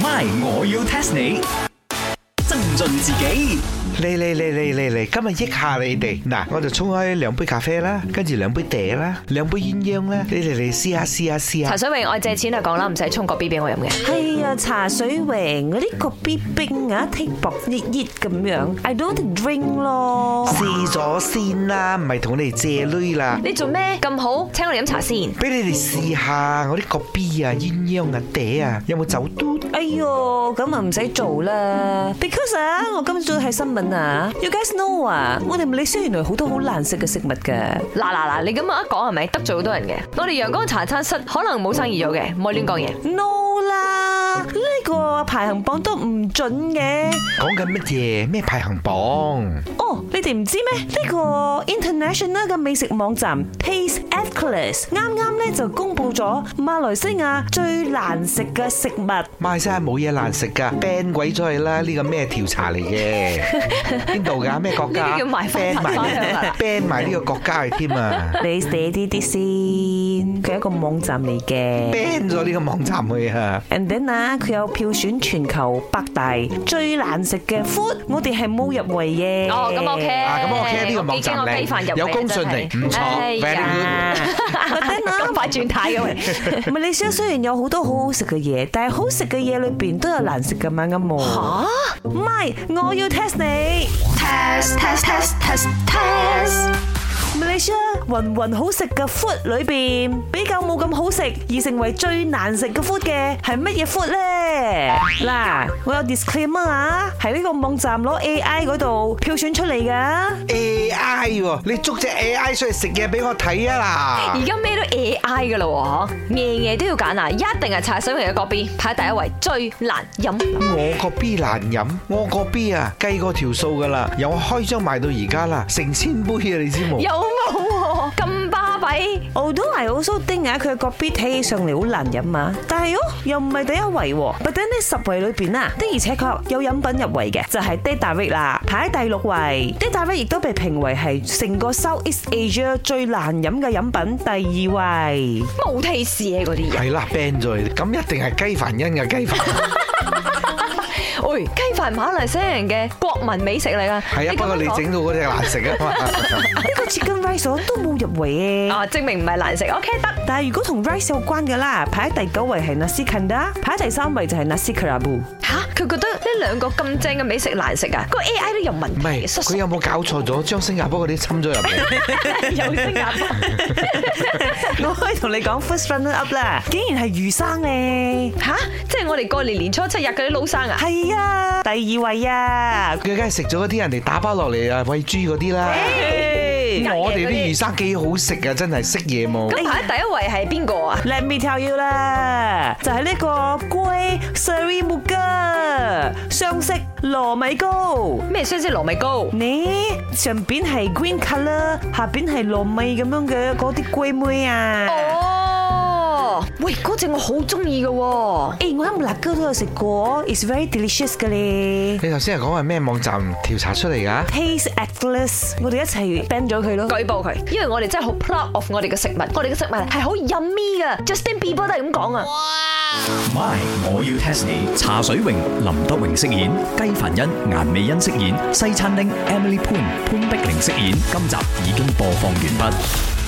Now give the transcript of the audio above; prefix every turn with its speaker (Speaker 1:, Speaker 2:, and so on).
Speaker 1: My，我要 test 你。增進自己
Speaker 2: 嚟嚟嚟嚟嚟嚟，今日益下你哋嗱，我就沖開兩杯咖啡啦，跟住兩杯嗲啦，兩杯鴛鴦啦，你哋嚟試下試下試下
Speaker 3: 茶。水榮，我借錢就講啦，唔使沖個 B 俾我飲嘅。
Speaker 4: 係啊，茶水榮嗰啲個必冰啊，剔薄熱熱咁樣，I don't drink 咯。
Speaker 2: 試咗先啦，唔係同你哋借女啦，
Speaker 3: 你做咩咁好？請我哋飲茶先。
Speaker 2: 俾你哋試下我啲個 B 啊、鴛鴦啊、嗲啊，有冇走嘟？
Speaker 4: 哎喲，咁啊唔使做啦，because à, 啊，我今朝睇新聞啊，you à? guys know à, 啊，我哋馬來西亞原來好多好難食嘅食物嘅。
Speaker 3: 嗱嗱嗱，你咁樣一講係咪得罪好多人嘅？我哋陽光茶餐室可能冇生意做嘅，唔可以亂講嘢。
Speaker 4: No 啦，呢個排行榜都唔準嘅。
Speaker 2: 講緊乜嘢？咩排行榜？
Speaker 4: 哦，你哋唔知咩？呢個 international 嘅美食網站 Taste Atlas 啱啱咧就公布咗馬來西亞最難食嘅食物。
Speaker 2: 馬來西亞冇嘢難食噶，ban 鬼咗去啦！呢個咩調查嚟嘅？邊度㗎？咩國家
Speaker 3: 呢啲叫賣花
Speaker 2: ban 埋
Speaker 3: 賣花香啊
Speaker 2: ban 埋呢個國家去添啊！
Speaker 4: 你寫啲啲先，佢係一個網站嚟嘅。
Speaker 2: ban 咗呢個網站去啊！
Speaker 4: And then 啊，佢有票選全球百大最難食嘅 food，我哋係冇入圍嘅。
Speaker 3: 哦，咁 OK。
Speaker 2: 啊咁 OK，呢個網站
Speaker 3: 我幾驚我雞飯入
Speaker 2: 有
Speaker 3: 嚟
Speaker 2: 公信
Speaker 3: 真係
Speaker 2: 力唔錯
Speaker 3: 哎
Speaker 2: very
Speaker 3: 呀
Speaker 4: good
Speaker 3: 咁快轉態嘅 喂。
Speaker 4: 馬來西亞雖然有好多好好食嘅嘢，但係好食嘅嘢裏邊都有難食嘅嘛，啱冇？嚇！唔係，我要 test 你。
Speaker 5: test test test test test
Speaker 4: 馬來西亞雲雲好食嘅 food 裏邊，比較冇咁好食而成為最難食嘅 food 嘅係乜嘢 food 咧？嗱，我有 disclaimer 啊，喺呢個網站攞 AI 嗰度票選出嚟㗎。
Speaker 2: AI 喎，你捉只 AI 出嚟食嘢俾我睇 啊
Speaker 3: 而
Speaker 2: 嗱！
Speaker 3: 家咩都 AI 噶啦喎，嗬咩嘢都要揀啊！一定係茶水榮嘅個 B 排第一位，最難飲。
Speaker 2: 我個 B 難飲，我個 B 啊計過條數噶啦，由我開張賣到而家啦，成千杯啊你知冇
Speaker 3: 有？冇喎？咁巴閉？
Speaker 4: 我都係 also 丁啊，佢個 B 睇起上嚟好難飲啊，但係哦又唔係第一位喎，但係呢十位裏邊啊，的而且確有飲品入圍嘅，就係 d a t a r i 啦，排喺第六位 d a t a r i 亦都被評為係成個 South East Asia 最難飲嘅飲品第二位。
Speaker 3: 冇 taste 嘅嗰啲嘢。
Speaker 2: 係啦，ban 咗佢，咁一定係雞凡恩嘅雞 飯。
Speaker 3: 喂，雞飯馬來西亞人嘅國民美食嚟㗎。
Speaker 2: 係啊，不過你整到嗰隻難食啊 嘛。
Speaker 4: 呢個 Chicken Rice 我都冇入圍嘅。
Speaker 3: 啊，證明唔係難食。OK，得。
Speaker 4: 但係如果同 rice 有關嘅啦，排喺第九位係 nasi kandar，排喺第三位就係 nasi kerabu。
Speaker 3: 吓，佢覺得呢兩個咁正嘅美食難食啊？個 AI 都有問
Speaker 2: 唔
Speaker 3: 題
Speaker 2: 係，
Speaker 3: 嘅，叔
Speaker 2: 佢
Speaker 3: 叔
Speaker 2: 有冇搞錯咗？將新加坡嗰啲侵咗入 嚟，
Speaker 3: 有新加坡。
Speaker 4: 我可以同你講 first runner up 啦，竟然係魚生咧。
Speaker 3: 吓，即係我哋過年年初七日嗰啲撈生啊？
Speaker 4: 係啊，第二位啊。
Speaker 2: 佢梗係食咗啲人哋打包落嚟啊餵豬嗰啲啦。
Speaker 3: 哎
Speaker 2: 哎我哋啲魚生幾好食啊，真係識嘢冇。
Speaker 3: 咁排喺第一位係邊個啊？
Speaker 4: Let me tell you 啦，就係呢個龜 Seri m u g a 雙色糯米糕。
Speaker 3: 咩雙色糯米糕？
Speaker 4: 你上邊係 green colour，下邊係糯米咁樣嘅嗰啲龜妹啊。
Speaker 3: 哦，喂，嗰隻我好中意嘅喎。
Speaker 4: 誒，我喺辣椒都有食過，is very delicious 嘅咧。
Speaker 2: 你頭先係講係咩網站調查出嚟㗎？
Speaker 4: Taste Atlas，我哋一齊 ban 咗佢咯。
Speaker 3: 舉報佢，因為我哋真係好 proud of 我哋嘅食物，我哋嘅食物係好 yummy 噶，Justin Bieber 都係咁講啊。
Speaker 1: ，My，我要 test 你。茶水榮、林德榮飾演，雞凡恩、顏美欣飾演，西餐廳 Emily Poon 潘碧玲飾演。今集已經播放完畢。